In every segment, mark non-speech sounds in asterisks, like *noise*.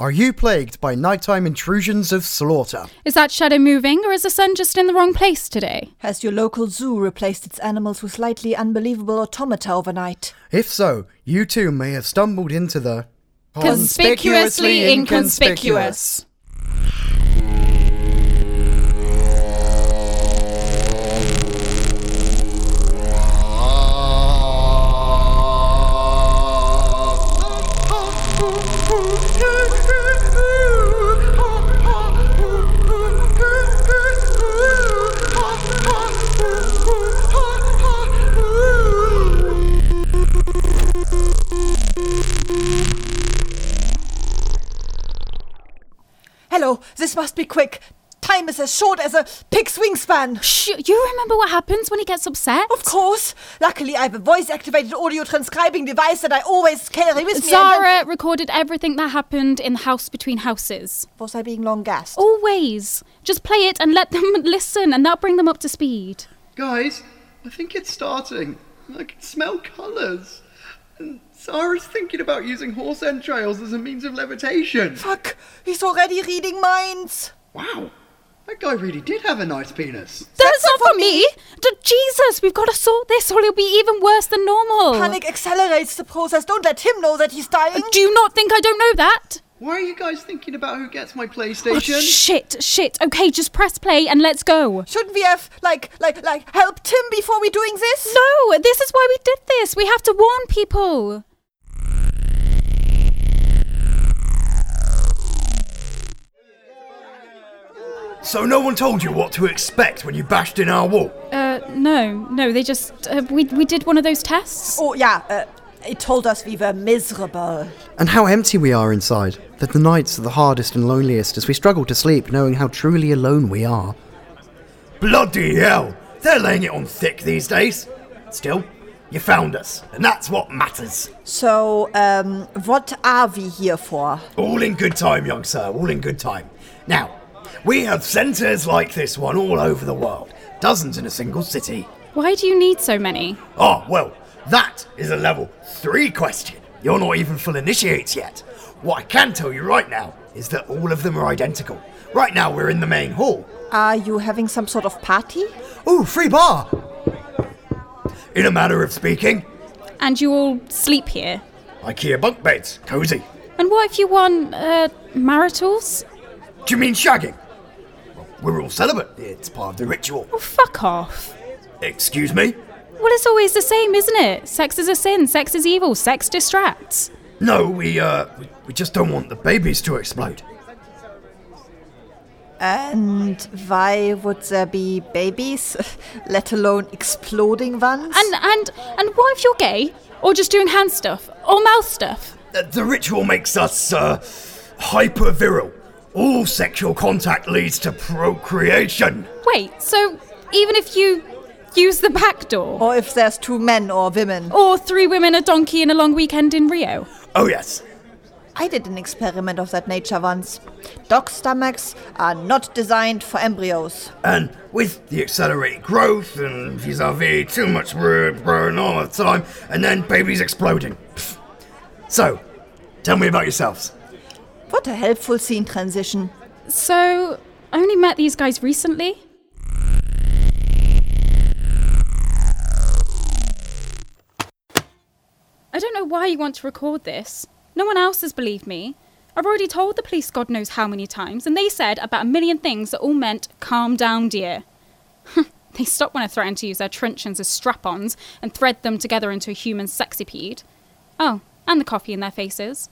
Are you plagued by nighttime intrusions of slaughter? Is that shadow moving, or is the sun just in the wrong place today? Has your local zoo replaced its animals with slightly unbelievable automata overnight? If so, you too may have stumbled into the. Conspicuously inconspicuous. Hello, this must be quick. Time is as short as a pig's wingspan. Shh, you remember what happens when he gets upset? Of course. Luckily, I have a voice activated audio transcribing device that I always carry with me. and then- Zara recorded everything that happened in the house between houses. Was I being long gassed? Always. Just play it and let them *laughs* listen, and that'll bring them up to speed. Guys, I think it's starting. I can smell colours. And Zara's thinking about using horse entrails as a means of levitation. Fuck, he's already reading minds. Wow, that guy really did have a nice penis. That's, not, for me! D- Jesus, we've got to sort this, or it'll be even worse than normal. Panic accelerates the process. Don't let him know that he's dying. Do you not think I don't know that? Why are you guys thinking about who gets my Oh, PlayStation? shit, shit. Okay, just press play and let's go. Shouldn't we have like like like helped him before we doing this? No, this is why we did this. We have to warn people. So no one told you what to expect when you bashed in our wall. Uh, no, no, they just. Uh, we, we did one of those tests. Oh yeah, uh, it told us we were miserable. And how empty we are inside. That the nights are the hardest and loneliest as we struggle to sleep, knowing how truly alone we are. Bloody hell! They're laying it on thick these days. Still, you found us, and that's what matters. So, um, what are we here for? All in good time, young sir, all in good time. Now, we have centres like this one all over the world, dozens in a single city. Why do you need so many? Ah, well, that is a level 3 question. You're not even full initiates yet. What I can tell you right now is that all of them are identical. Right now, we're in the main hall. Are you having some sort of party? Ooh, free bar! In a manner of speaking, And you all sleep here. IKEA bunk beds, cozy. And what if you won, uh, maritals? Do you mean shagging? Well, we're all celibate. It's part of the ritual. Oh, fuck off. Excuse me? Well, it's always the same, isn't it? Sex is a sin, sex is evil, sex distracts. No, we uh, we, we just don't want the babies to explode. And why would there be babies, *laughs* let alone exploding ones? And, and, and what if you're gay? Or just doing hand stuff? Or mouth stuff? The, Uh, the ritual makes us uh, hyper virile. All sexual contact leads to procreation. Wait, so even if you use the back door? or if there's two men or women. Or three women, a donkey, and a long weekend in Rio? Oh yes, I did an experiment of that nature once. Dog stomachs are not designed for embryos. and with the accelerated growth and vis-a-vis too much room growing all the time, and then babies exploding. Pfft. So, tell me about yourselves. What a helpful scene transition. So, I only met these guys recently. I don't know why you want to record this. No one else has believed me. I've already told the police God knows how many times, and they said about a million things that all meant calm down, dear. *laughs* they stopped when I threatened to use their truncheons as strap ons and thread them together into a human sexipede. Oh, and the coffee in their faces.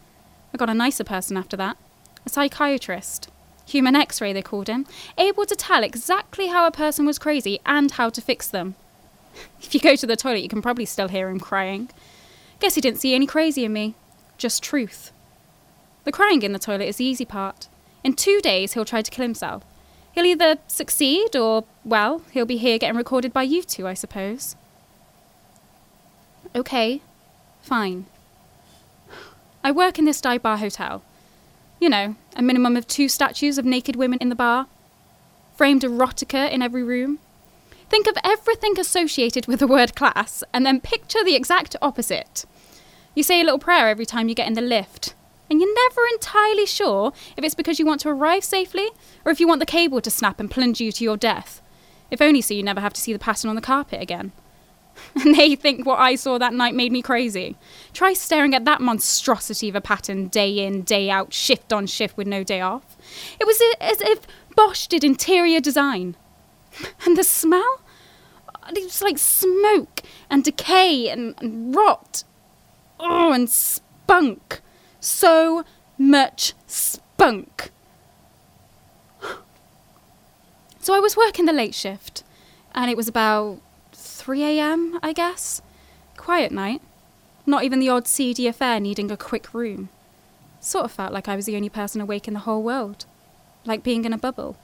I got a nicer person after that a psychiatrist. Human x ray, they called him, able to tell exactly how a person was crazy and how to fix them. *laughs* If you go to the toilet, you can probably still hear him crying. Guess he didn't see any crazy in me, just truth. The crying in the toilet is the easy part. In two days, he'll try to kill himself. He'll either succeed or, well, he'll be here getting recorded by you two, I suppose. Okay, fine. I work in this dive bar hotel. You know, a minimum of two statues of naked women in the bar, framed erotica in every room. Think of everything associated with the word class and then picture the exact opposite. You say a little prayer every time you get in the lift. and you're never entirely sure if it's because you want to arrive safely or if you want the cable to snap and plunge you to your death. If only so you never have to see the pattern on the carpet again. *laughs* And they think what I saw that night made me crazy. Try staring at that monstrosity of a pattern day in, day out, shift on shift with no day off. It was i- as if Bosch did interior design. *laughs* And the smell? It was like smoke and decay and, and rot. Oh, and spunk. So much spunk. *gasps* So I was working the late shift, and it was about 3 a.m., I guess. Quiet night. Not even the odd seedy affair needing a quick room. Sort of felt like I was the only person awake in the whole world. Like being in a bubble.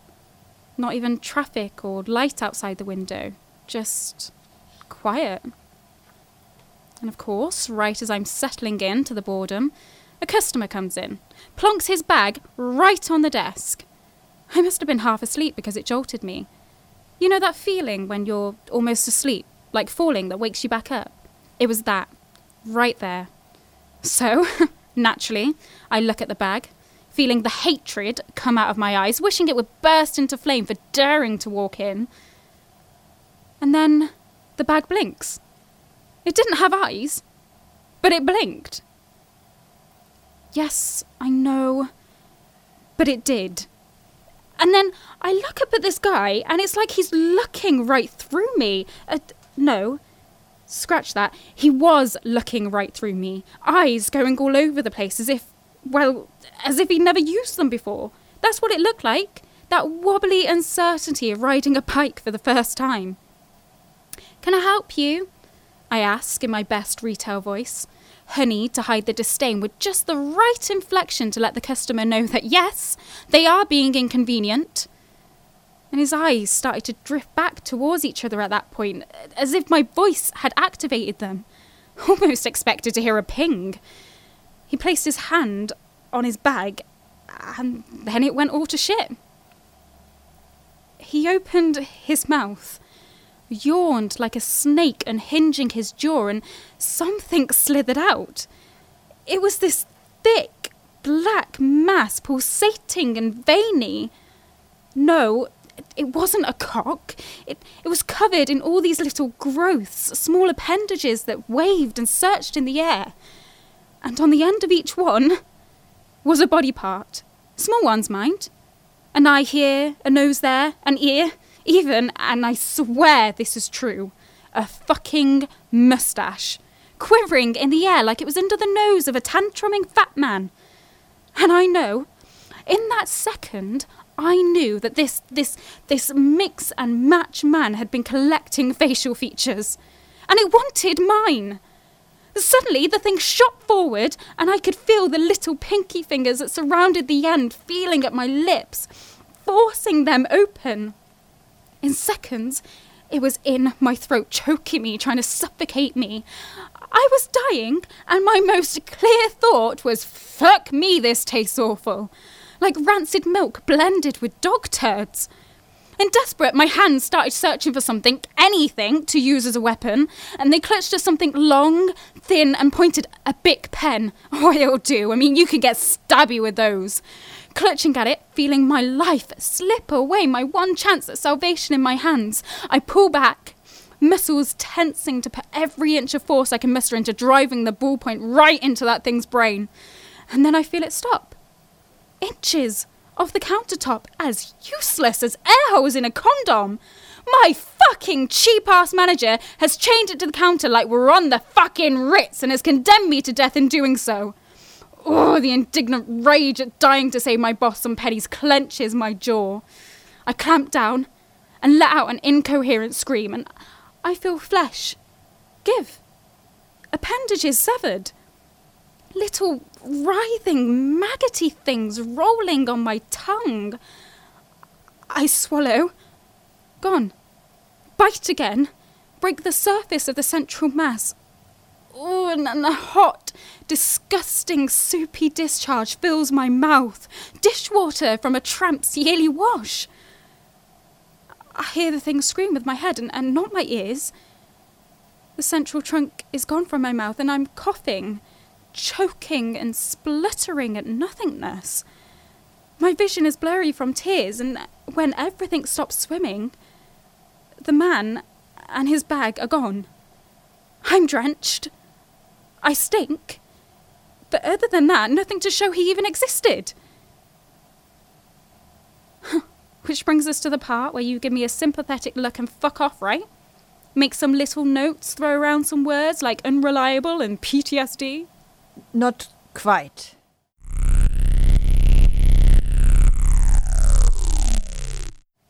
Not even traffic or light outside the window. Just quiet. And of course, right as I'm settling in to the boredom, a customer comes in, plonks his bag right on the desk. I must have been half asleep because it jolted me. You know that feeling when you're almost asleep, like falling, that wakes you back up? It was that, right there. So, *laughs* naturally, I look at the bag, feeling the hatred come out of my eyes, wishing it would burst into flame for daring to walk in. And then the bag blinks. It didn't have eyes, but it blinked. Yes, I know, but it did. And then I look up at this guy, and it's like he's looking right through me. Uh, no, scratch that. He was looking right through me, eyes going all over the place as if, well, as if he'd never used them before. That's what it looked like. That wobbly uncertainty of riding a bike for the first time. Can I help you? I ask in my best retail voice, honeyed to hide the disdain with just the right inflection to let the customer know that yes, they are being inconvenient. And his eyes started to drift back towards each other at that point, as if my voice had activated them. *laughs* Almost expected to hear a ping. He placed his hand on his bag, and then it went all to shit. He opened his mouth yawned like a snake, unhinging his jaw, and something slithered out. It was this thick, black mass, pulsating and veiny. No, it- it wasn't a cock. It, it was covered in all these little growths, small appendages that waved and searched in the air. And on the end of each one was a body part. Small ones, mind. An eye here, a nose there, an ear, even, and I swear this is true, a fucking mustache, quivering in the air like it was under the nose of a tantruming fat man. And I know, in that second, I knew that this, this, this mix and match man had been collecting facial features. And it wanted mine. Suddenly, the thing shot forward, and I could feel the little pinky fingers that surrounded the end feeling at my lips, forcing them open. In seconds, it was in my throat, choking me, trying to suffocate me. I was dying, and my most clear thought was, fuck me, this tastes awful. Like rancid milk blended with dog turds. In desperate, my hands started searching for something, anything, to use as a weapon, and they clutched at something long, thin, and pointed a big pen. *laughs* Oh, it'll do. I mean, you can get stabby with those. Clutching at it, feeling my life slip away, my one chance at salvation in my hands, I pull back, muscles tensing to put every inch of force I can muster into driving the ballpoint right into that thing's brain. And then I feel it stop inches off the countertop as useless as air holes in a condom. My fucking cheap ass manager has chained it to the counter like we're on the fucking Ritz and has condemned me to death in doing so. Oh, the indignant rage at dying to save my boss some pennies clenches my jaw. I clamp down and let out an incoherent scream, and I feel flesh give. Appendages severed little writhing, maggoty things rolling on my tongue. I swallow. Gone. Bite again. Break the surface of the central mass. Ooh, and, and a hot, disgusting, soupy discharge fills my mouth. Dishwater from a tramp's yearly wash. I hear the thing scream with my head and, and not my ears. The central trunk is gone from my mouth, and I'm coughing, choking and spluttering at nothingness. My vision is blurry from tears, and when everything stops swimming, the man and his bag are gone. I'm drenched. I stink. But other than that, nothing to show he even existed. Which brings us to the part where you give me a sympathetic look and fuck off, right? Make some little notes, throw around some words like unreliable and PTSD. Not quite.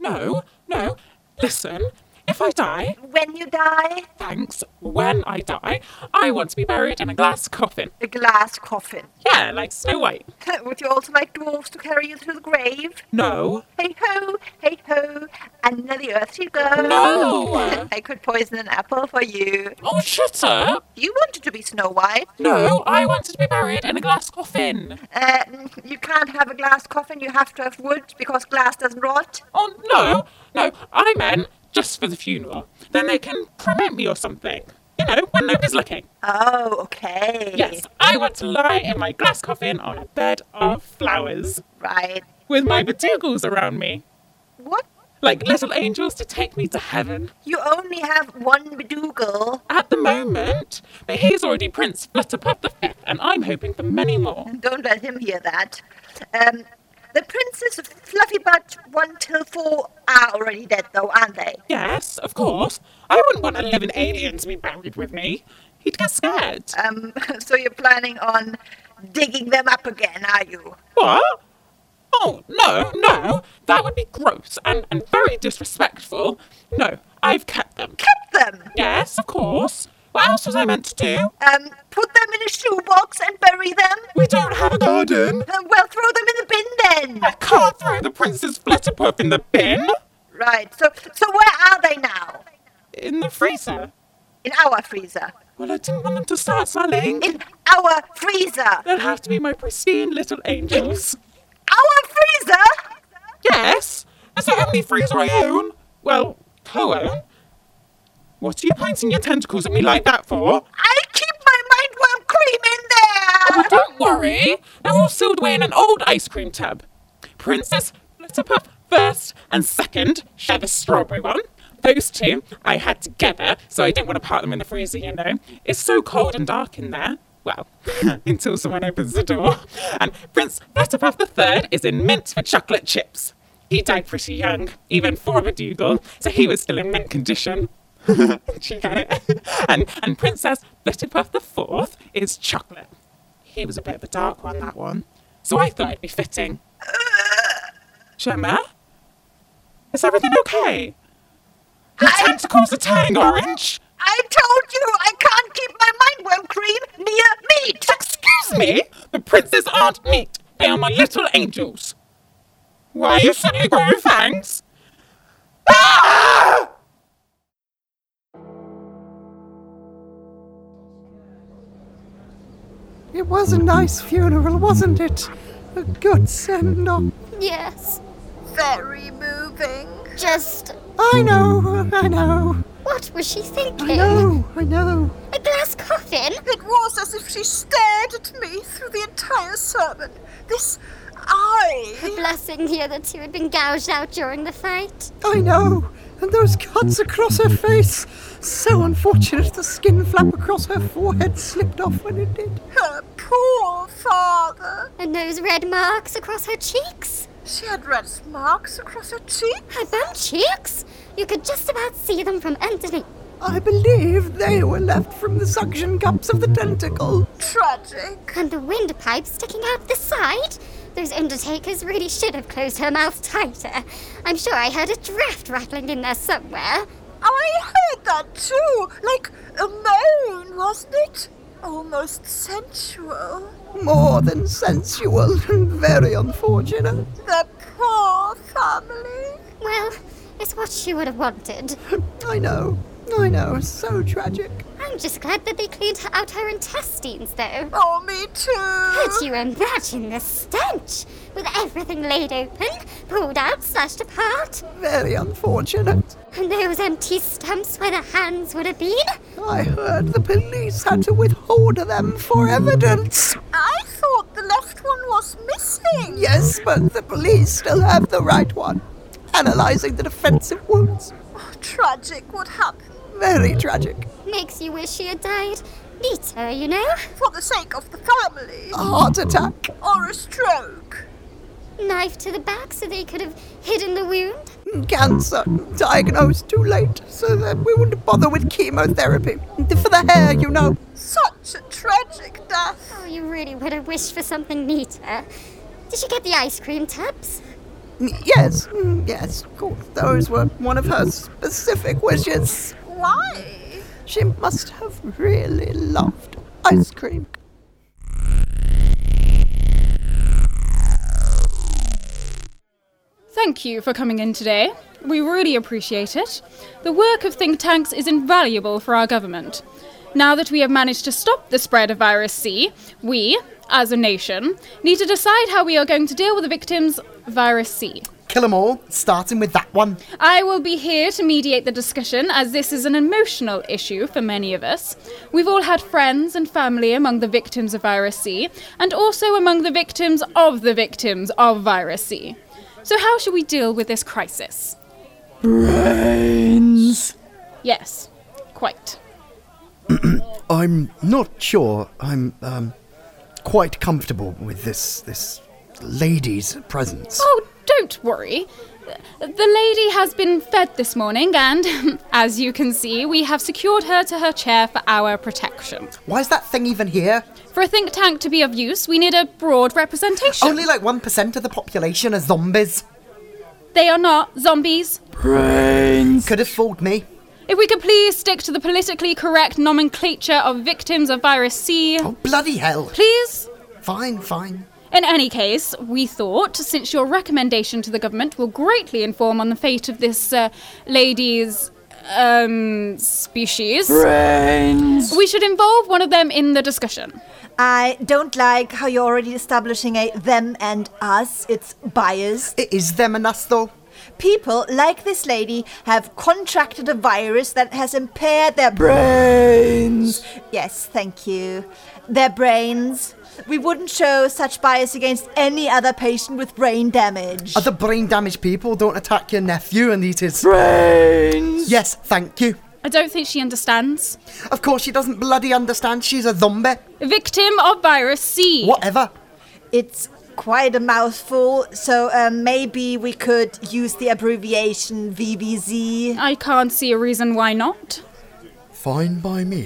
No, no. Listen, if I die, When you die, thanks, when I die, I want to be buried in a glass coffin. a glass coffin. *laughs* Yeah, like Snow White. Would you also like dwarfs to carry you to the grave? No, Hey ho, hey ho, under the earth you go. No. I could poison an apple for you. Oh, shut up! You wanted to be Snow White. No, I wanted to be buried in a glass coffin. Uh, mm, you can't have a glass coffin, you have to have wood because glass doesn't rot. Oh, no, no, I meant just for the funeral. Then they can promote me or something. You know, when nobody's looking. Oh, okay. Yes, I want to lie in my glass coffin on a bed of flowers Right. with my batoogles around me, What? like little angels to take me to heaven. You only have one bedougal. At the moment, but he's already Prince Flutterpuff the Fifth, and I'm hoping for many more. Don't let him hear that. Um, the Princess of Fluffybutt 1 till 4 are already dead, though, aren't they? Yes, of course. I wouldn't want a living alien to be buried with me. He'd get scared. Um, *laughs* so you're planning on digging them up again, are you? What? Oh, no, no. That would be gross and, and very disrespectful. No, I've kept them. Keep them! Yes, of course. What else was I meant to do? Um, put them in a shoebox and bury them? We don't have a garden. Uh, well, throw them in the bin then! I can't throw the Princess Flutterpuff in the bin. Right, so, so where are they now? In the freezer. In our freezer. Well, I didn't want them to start smelling. In our freezer! They'll have to be my pristine little angels. Our freezer? Yes, that's the only freezer I own. Well, co-own. What are you pointing your tentacles at me like that for? I keep my mindworm cream in there! Well, Oh, don't worry. They're all sealed away in an old ice cream tub. Princess Flutterpuff first and second share the strawberry one. Those two I had together, so I didn't want to part them in the freezer, you know. It's so cold and dark in there. Well, *laughs* until someone opens the door. And Prince Flutterpuff the Third is in mint for chocolate chips. He died pretty young, even for a Dougal, so he was still in mint condition. *laughs* she got it. *laughs* and, and Princess Flutterpuff the Fourth is chocolate. He was a bit of a dark one, that one. So I thought it'd be fitting. Gemma? Is everything okay? Your tentacles are turning orange? I told you I can't keep my mindworm cream near meat. Excuse me? The princes aren't meat. They are my little angels. Why are you suddenly growing fangs? Ah! It was a nice funeral, wasn't it? A good send off. Yes, Very moving. just I know, I know, what was she thinking? I know, I know. A glass coffin? It was as if she stared at me through the entire sermon. This A eye. blessing here that you had been gouged out during the fight. I know. And those cuts across her face. So unfortunate the skin flap across her forehead slipped off when it did. Her poor father. And those red marks across her cheeks. She had red marks across her cheek. Her bum cheeks? You could just about see them from underneath. I believe they were left from the suction cups of the tentacle. Tragic. And the windpipe sticking out the side? Those undertakers really should have closed her mouth tighter. I'm sure I heard a draft rattling in there somewhere. I heard that too. Like a moan, wasn't it? Almost sensual. More than sensual and very unfortunate. The poor family. Well, it's what she would have wanted. I know, I know, so tragic. I'm just glad that they cleaned her- out her intestines, though. Oh, me too. Could you imagine the stench? With everything laid open, pulled out, slashed apart, Very unfortunate. and those empty stumps where the hands would have been? I heard the police had to withhold them for evidence. I thought the left one was missing. Yes, but the police still have the right one. Analyzing the defensive wounds. Tragic what happened. Very tragic. Makes you wish she had died. Neater, you know? For the sake of the family. A heart attack. Or a stroke. Knife to the back so they could have hidden the wound. Mm, Cancer. Diagnosed too late, so that we wouldn't bother with chemotherapy. For the hair, you know. Such a tragic death. Oh, you really would have wished for something neater. Did you get the ice cream tubs? Mm, Yes, yes, of course. Those were one of her specific wishes. Why? She must have really loved ice cream. Thank you for coming in today. We really appreciate it. The work of think tanks is invaluable for our government. Now that we have managed to stop the spread of virus C, we, as a nation, need to decide how we are going to deal with the victims virus C. Kill 'em all, starting with that one. I will be here to mediate the discussion as this is an emotional issue for many of us. We've all had friends and family among the victims of virus C and also among the victims of the victims of virus C. So, how should we deal with this crisis? Brains. Yes, quite. I'm not sure. I'm um, quite comfortable with this this lady's presence. Oh, don't worry. The lady has been fed this morning, and *laughs* as you can see, we have secured her to her chair for our protection. Why is that thing even here? For a think tank to be of use, we need a broad representation. Only like 1% of the population are zombies. They are not zombies. Brains. Could have fooled me. If we could please stick to the politically correct nomenclature of victims of virus C. Oh, bloody hell. Please? Fine, fine. In any case, we thought, since your recommendation to the government will greatly inform on the fate of this uh, lady's um species Brains. we should involve one of them in the discussion I don't like how you're already establishing a them and us. It's biased. It is them and us, though. People like this lady have contracted a virus that has impaired their Brains. Yes, thank you. Their brains. We wouldn't show such bias against any other patient with brain damage. Other brain damaged people don't attack your nephew and eat his. Brains. Yes, thank you. i don't think she understands Of course, she doesn't bloody understand she's a zombie. victim of virus c Whatever. It's quite a mouthful, so uh, maybe we could use the abbreviation VBZ. i can't see a reason why not Fine by me.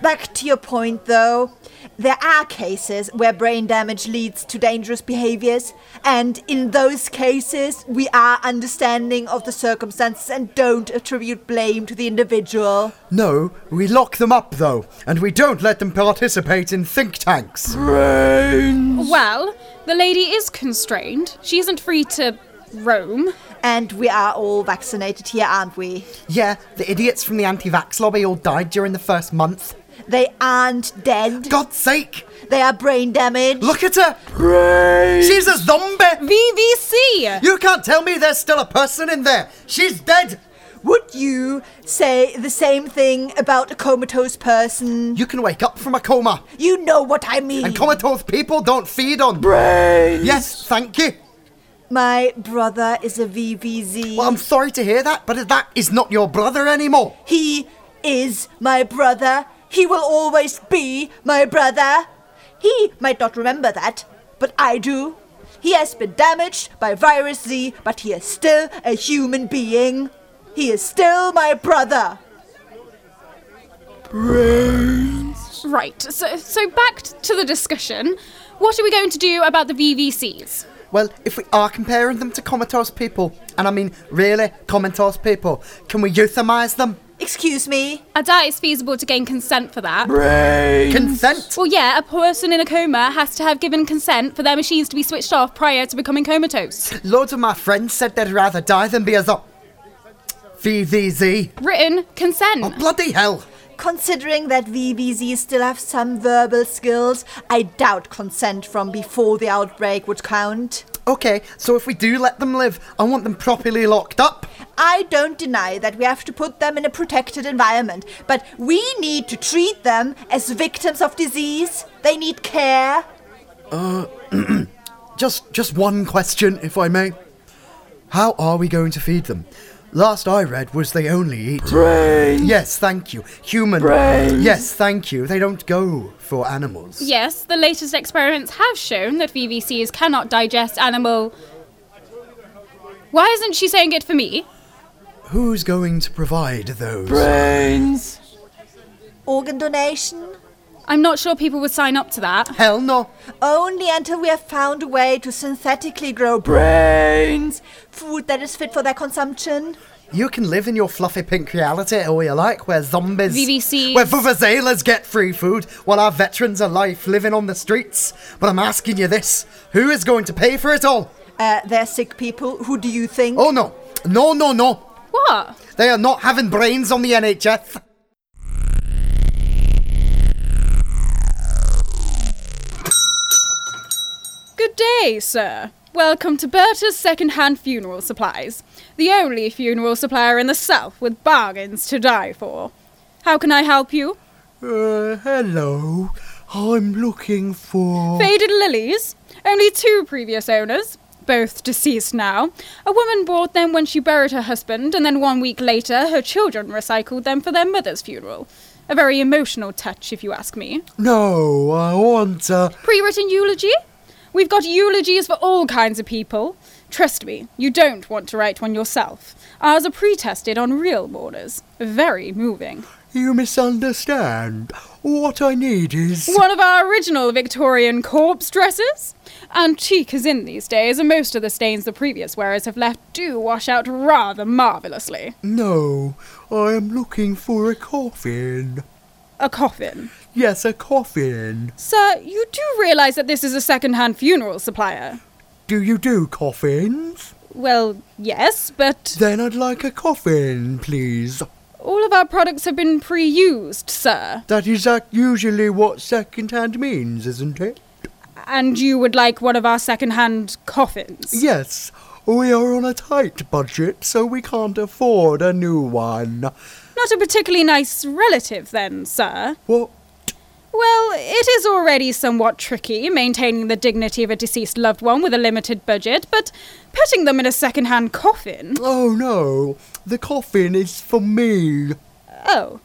Back to your point though, there are cases where brain damage leads to dangerous behaviors, and in those cases, we are understanding of the circumstances and don't attribute blame to the individual. No, we lock them up though, and we don't let them participate in think tanks. Brains. well the lady is constrained she isn't free to roam And we are all vaccinated here, aren't we? Yeah, the idiots from the anti vax lobby all died during the first month. They aren't dead, God's sake! they are brain damaged. Look at her! She's a zombie! vvc You can't tell me there's still a person in there! She's dead! Would you say the same thing about a comatose person? You can wake up from a coma, You know what I mean. and comatose people don't feed on. Brains. Yes, thank you. My brother is a VVZ. Well, I'm sorry to hear that, but that is not your brother anymore. He is my brother. He will always be my brother. He might not remember that, but I do. He has been damaged by Virus Z, but he is still a human being. He is still my brother. right so so back to the discussion what are we going to do about the vvcs Well, if we are comparing them to comatose people, and I mean really comatose people, can we euthanize them? Excuse me. I doubt it's feasible to gain consent for that. Brains. Consent? Well, yeah, a person in a coma has to have given consent for their machines to be switched off prior to becoming comatose. Loads of my friends said they'd rather die than be a zo- VVZ. Written consent. Oh, Bloody hell! Considering that VBZ still have some verbal skills, I doubt consent from before the outbreak would count. Okay, so if we do let them live, I want them properly locked up. I don't deny that we have to put them in a protected environment, but we need to treat them as victims of disease. They need care. Uh, *clears throat* just just one question, if I may. How are we going to feed them? Last I read was they only eat Brains. Yes, thank you. Human Brains. Yes, thank you. They don't go for animals. Yes, the latest experiments have shown that VVCs cannot digest animal. Why isn't she saying it for me? Who's going to provide those brains? Organ donation? I'm not sure people would sign up to that. Hell no. Only until we have found a way to synthetically grow Brains. food that is fit for their consumption. You can live in your fluffy pink reality all you like, where zombies, VVCs. where vuvuzelas get free food, while our veterans are life living on the streets. But I'm asking you this: Who is going to pay for it all? Uh, they're sick people. Who do you think? Oh no, no, no, no! What? They are not having brains on the NHS. Good day, sir. Welcome to Berta's second-hand funeral supplies. The only funeral supplier in the South with bargains to die for. How can I help you? Uh, hello. I'm looking for. Faded lilies. Only two previous owners, both deceased now. A woman bought them when she buried her husband, and then one week later, her children recycled them for their mother's funeral. A very emotional touch, if you ask me. No, I want a. Pre written eulogy? We've got eulogies for all kinds of people. Trust me, you don't want to write one yourself. Ours are pre tested on real mourners. Very moving. You misunderstand. What I need is. One of our original Victorian corpse dresses? Antique as in these days, and most of the stains the previous wearers have left do wash out rather marvellously. No, I am looking for a coffin. A coffin. Yes, a coffin. Sir, you do realise that this is a second hand funeral supplier? Do you do coffins? Well, yes, but Then I'd like a coffin, please. all of our products have been pre used, sir. That is ac- usually what second-hand means, isn't it? And you would like one of our second hand coffins? Yes, we are on a tight budget, so we can't afford a new one. Not a particularly nice relative, then, sir. What? Well, it is already somewhat tricky maintaining the dignity of a deceased loved one with a limited budget, but putting them in a second hand coffin. Oh no, the coffin is for me. Oh.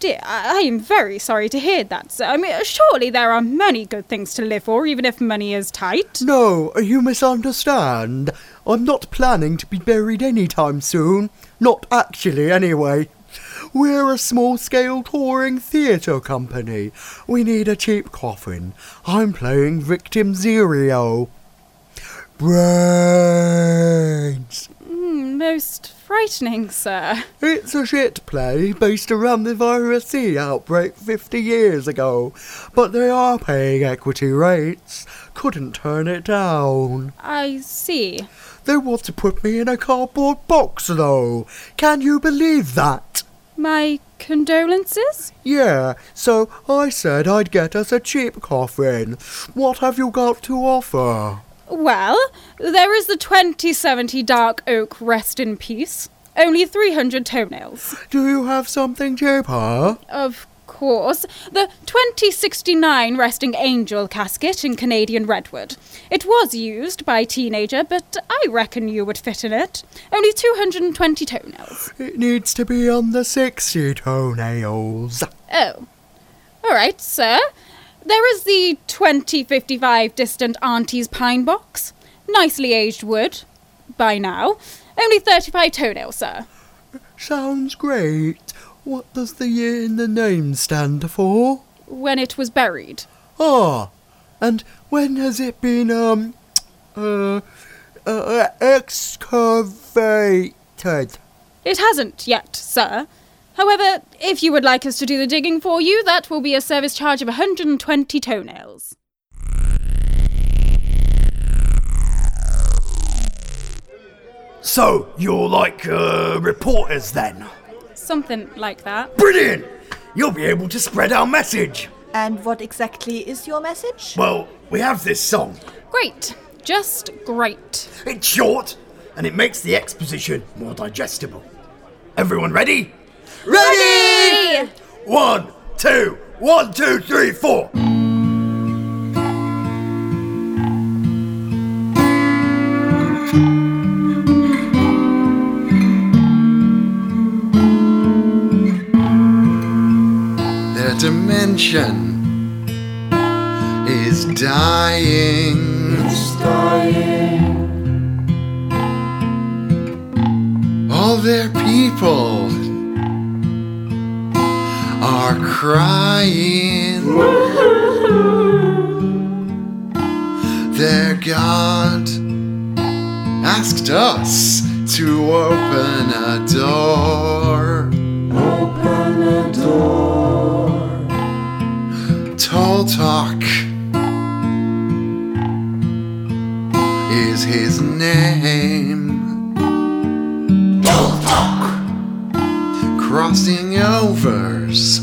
Dear, I I am very sorry to hear that, sir. I mean, surely there are many good things to live for, even if money is tight. No, you misunderstand. I'm not planning to be buried anytime soon. Not actually, anyway. We're a small scale touring theatre company. We need a cheap coffin. I'm playing Victim Zero. Brains! Hmm, most frightening, sir. It's a shit play based around the virus C outbreak 50 years ago, but they are paying equity rates. Couldn't turn it down. I see. They want to put me in a cardboard box, though. Can you believe that? My condolences? Yeah, so I said I'd get us a cheap coffin. What have you got to offer? Well, there is the 2070 Dark Oak Rest in Peace. Only 300 toenails. Do you have something cheaper? Of course, the 2069 Resting Angel casket in Canadian Redwood. It was used by a teenager, but I reckon you would fit in it. Only 220 toenails. It needs to be on the 60 toenails. Oh. All right, sir. There is the 2055 Distant Auntie's Pine Box. Nicely aged wood. By now. Only 35 toenails, sir. Sounds great. What does the year in the name stand for? When it was buried. Ah, and when has it been, um, uh, uh excavated? It hasn't yet, sir. However, if you would like us to do the digging for you, that will be a service charge of 120 toenails. So you're like uh, reporters then? Something like that. Brilliant! You'll be able to spread our message. And what exactly is your message? Well, we have this song. Great. Just great. It's short, and it makes the exposition more digestible. Everyone ready? Ready! One, two, one, two, three, four. Their dimension is dying. It's dying. All their people are crying. their God asked us to open a door. Open a door. Tall Talk is his name. Tall Talk! Crossing overs.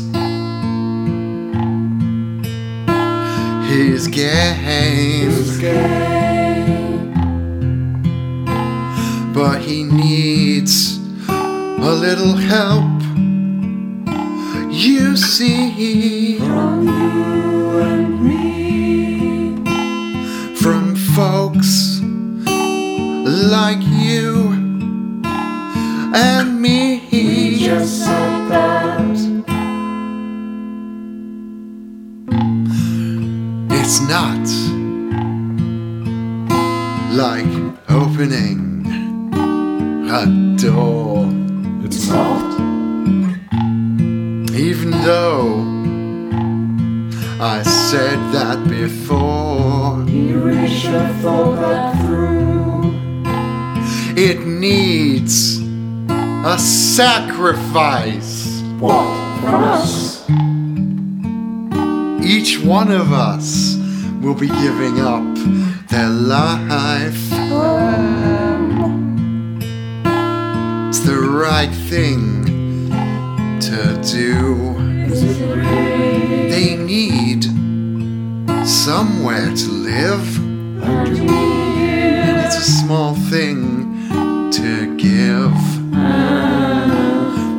His game. But he needs a little help. You see, from you and me, from folks like you and me. Just like that. It's not like opening a door. It's not. Even though I said that before. It needs a sacrifice. What? From us? Each one of us will be giving up their life. It's the right thing to do. They need somewhere to live. It's a small thing to give.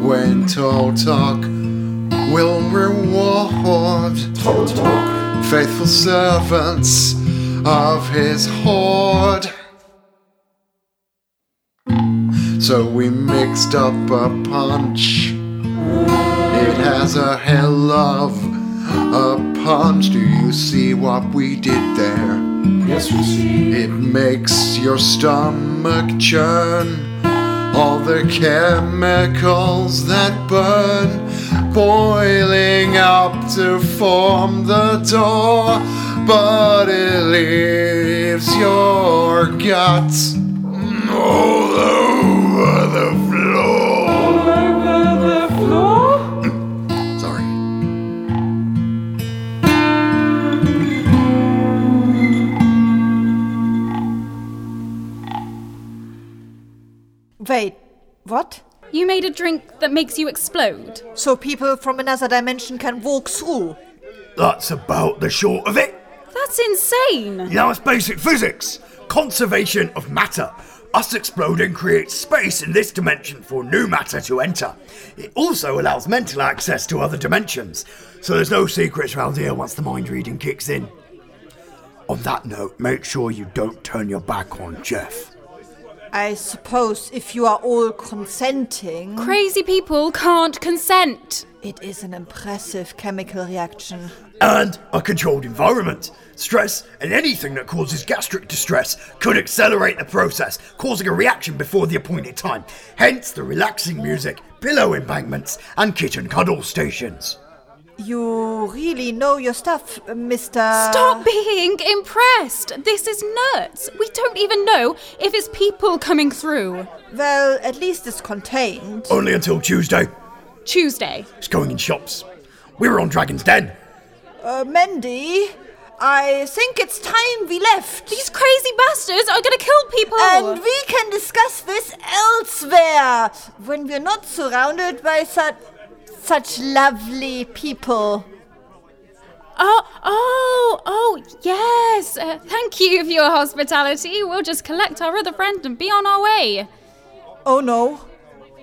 When Tall Talk will reward faithful servants of his horde. So we mixed up a punch. It has a hell of a punch. Do you see what we did there? Yes, we see. It makes your stomach churn. All the chemicals that burn, boiling up to form the door, but it leaves your guts all over the floor. Sorry. Wait, what? You made a drink that makes you explode. So people from another dimension can walk through. That's about the short of it. That's insane. Now it's basic physics conservation of matter. Us exploding creates space in this dimension for new matter to enter. It also allows mental access to other dimensions, so there's no secrets round here once the mind reading kicks in. On that note, make sure you don't turn your back on Jeff. I suppose if you are all consenting. Crazy people can't consent. It is an impressive chemical reaction. And a controlled environment. Stress and anything that causes gastric distress could accelerate the process, causing a reaction before the appointed time. Hence the relaxing music, pillow embankments, and kitchen cuddle stations. You really know your stuff, Mr. Stop being impressed. This is nuts. We don't even know if it's people coming through. Well, at least it's contained. Only until Tuesday. Tuesday. It's going in shops. We were on Dragon's Den. Uh, Mandy, I think it's time we left. These crazy bastards are gonna kill people. And we can discuss this elsewhere when we're not surrounded by such such lovely people. Oh, oh, oh, yes. Uh, thank you for your hospitality. We'll just collect our other friend and be on our way. Oh no.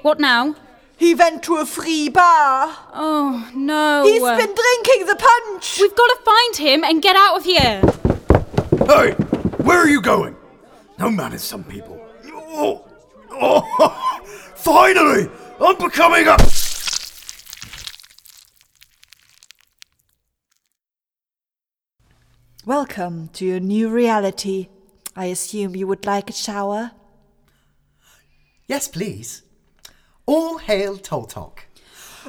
What now? He went to a free bar. Oh no. He's been drinking the punch. We've got to find him and get out of here. Hey, where are you going? No manners, some people. Oh, oh, *laughs* finally! I'm becoming a. Welcome to your new reality. I assume you would like a shower? Yes, please. All hail Toltok.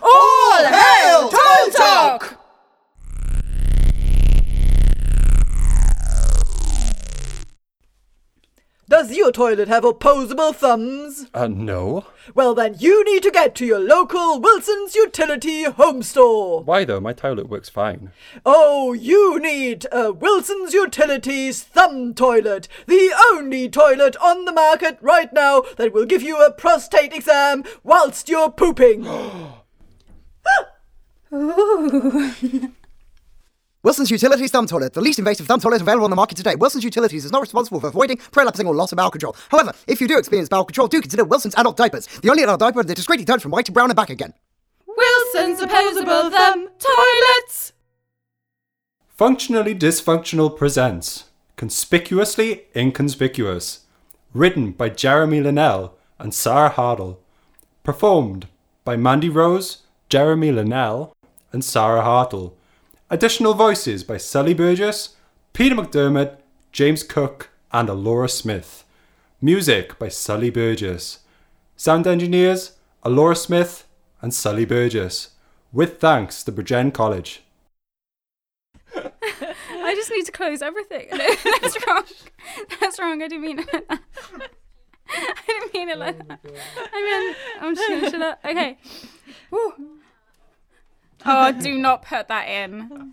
All hail Toltok! Does your toilet have opposable thumbs? Uh, no. Well, then you need to get to your local Wilson's Utility home store. Why though? My toilet works fine. Oh, you need a Wilson's Utilities thumb toilet, the only toilet on the market right now that will give you a prostate exam whilst you're pooping. *gasps* Ooh. Wilson's Utilities Thumb Toilet, the least invasive thumb toilet available on the market today. Wilson's Utilities is not responsible for avoiding, prolapsing, or loss of bowel control. However, if you do experience bowel control, do consider Wilson's adult diapers, the only adult diaper that discreetly turns from white to brown and back again. Wilson's opposable thumb toilets! Functionally Dysfunctional presents Conspicuously Inconspicuous. Written by Jeremy Linnell and Sarah Hardle. Performed by Mandy Rose, Jeremy Linnell, and Sarah Hartle. Additional voices by Sally Burgess, Peter McDermott, James Cook, and Alora Smith. Music by Sally Burgess. Sound engineers Alora Smith and Sally Burgess. With thanks to Bridgen College. I just need to close everything. *laughs* No, that's wrong. That's wrong. I didn't mean it like that. *laughs* I didn't mean it like that. I mean, I'm just going to shut up. Okay. Woo. Oh, do not put that in.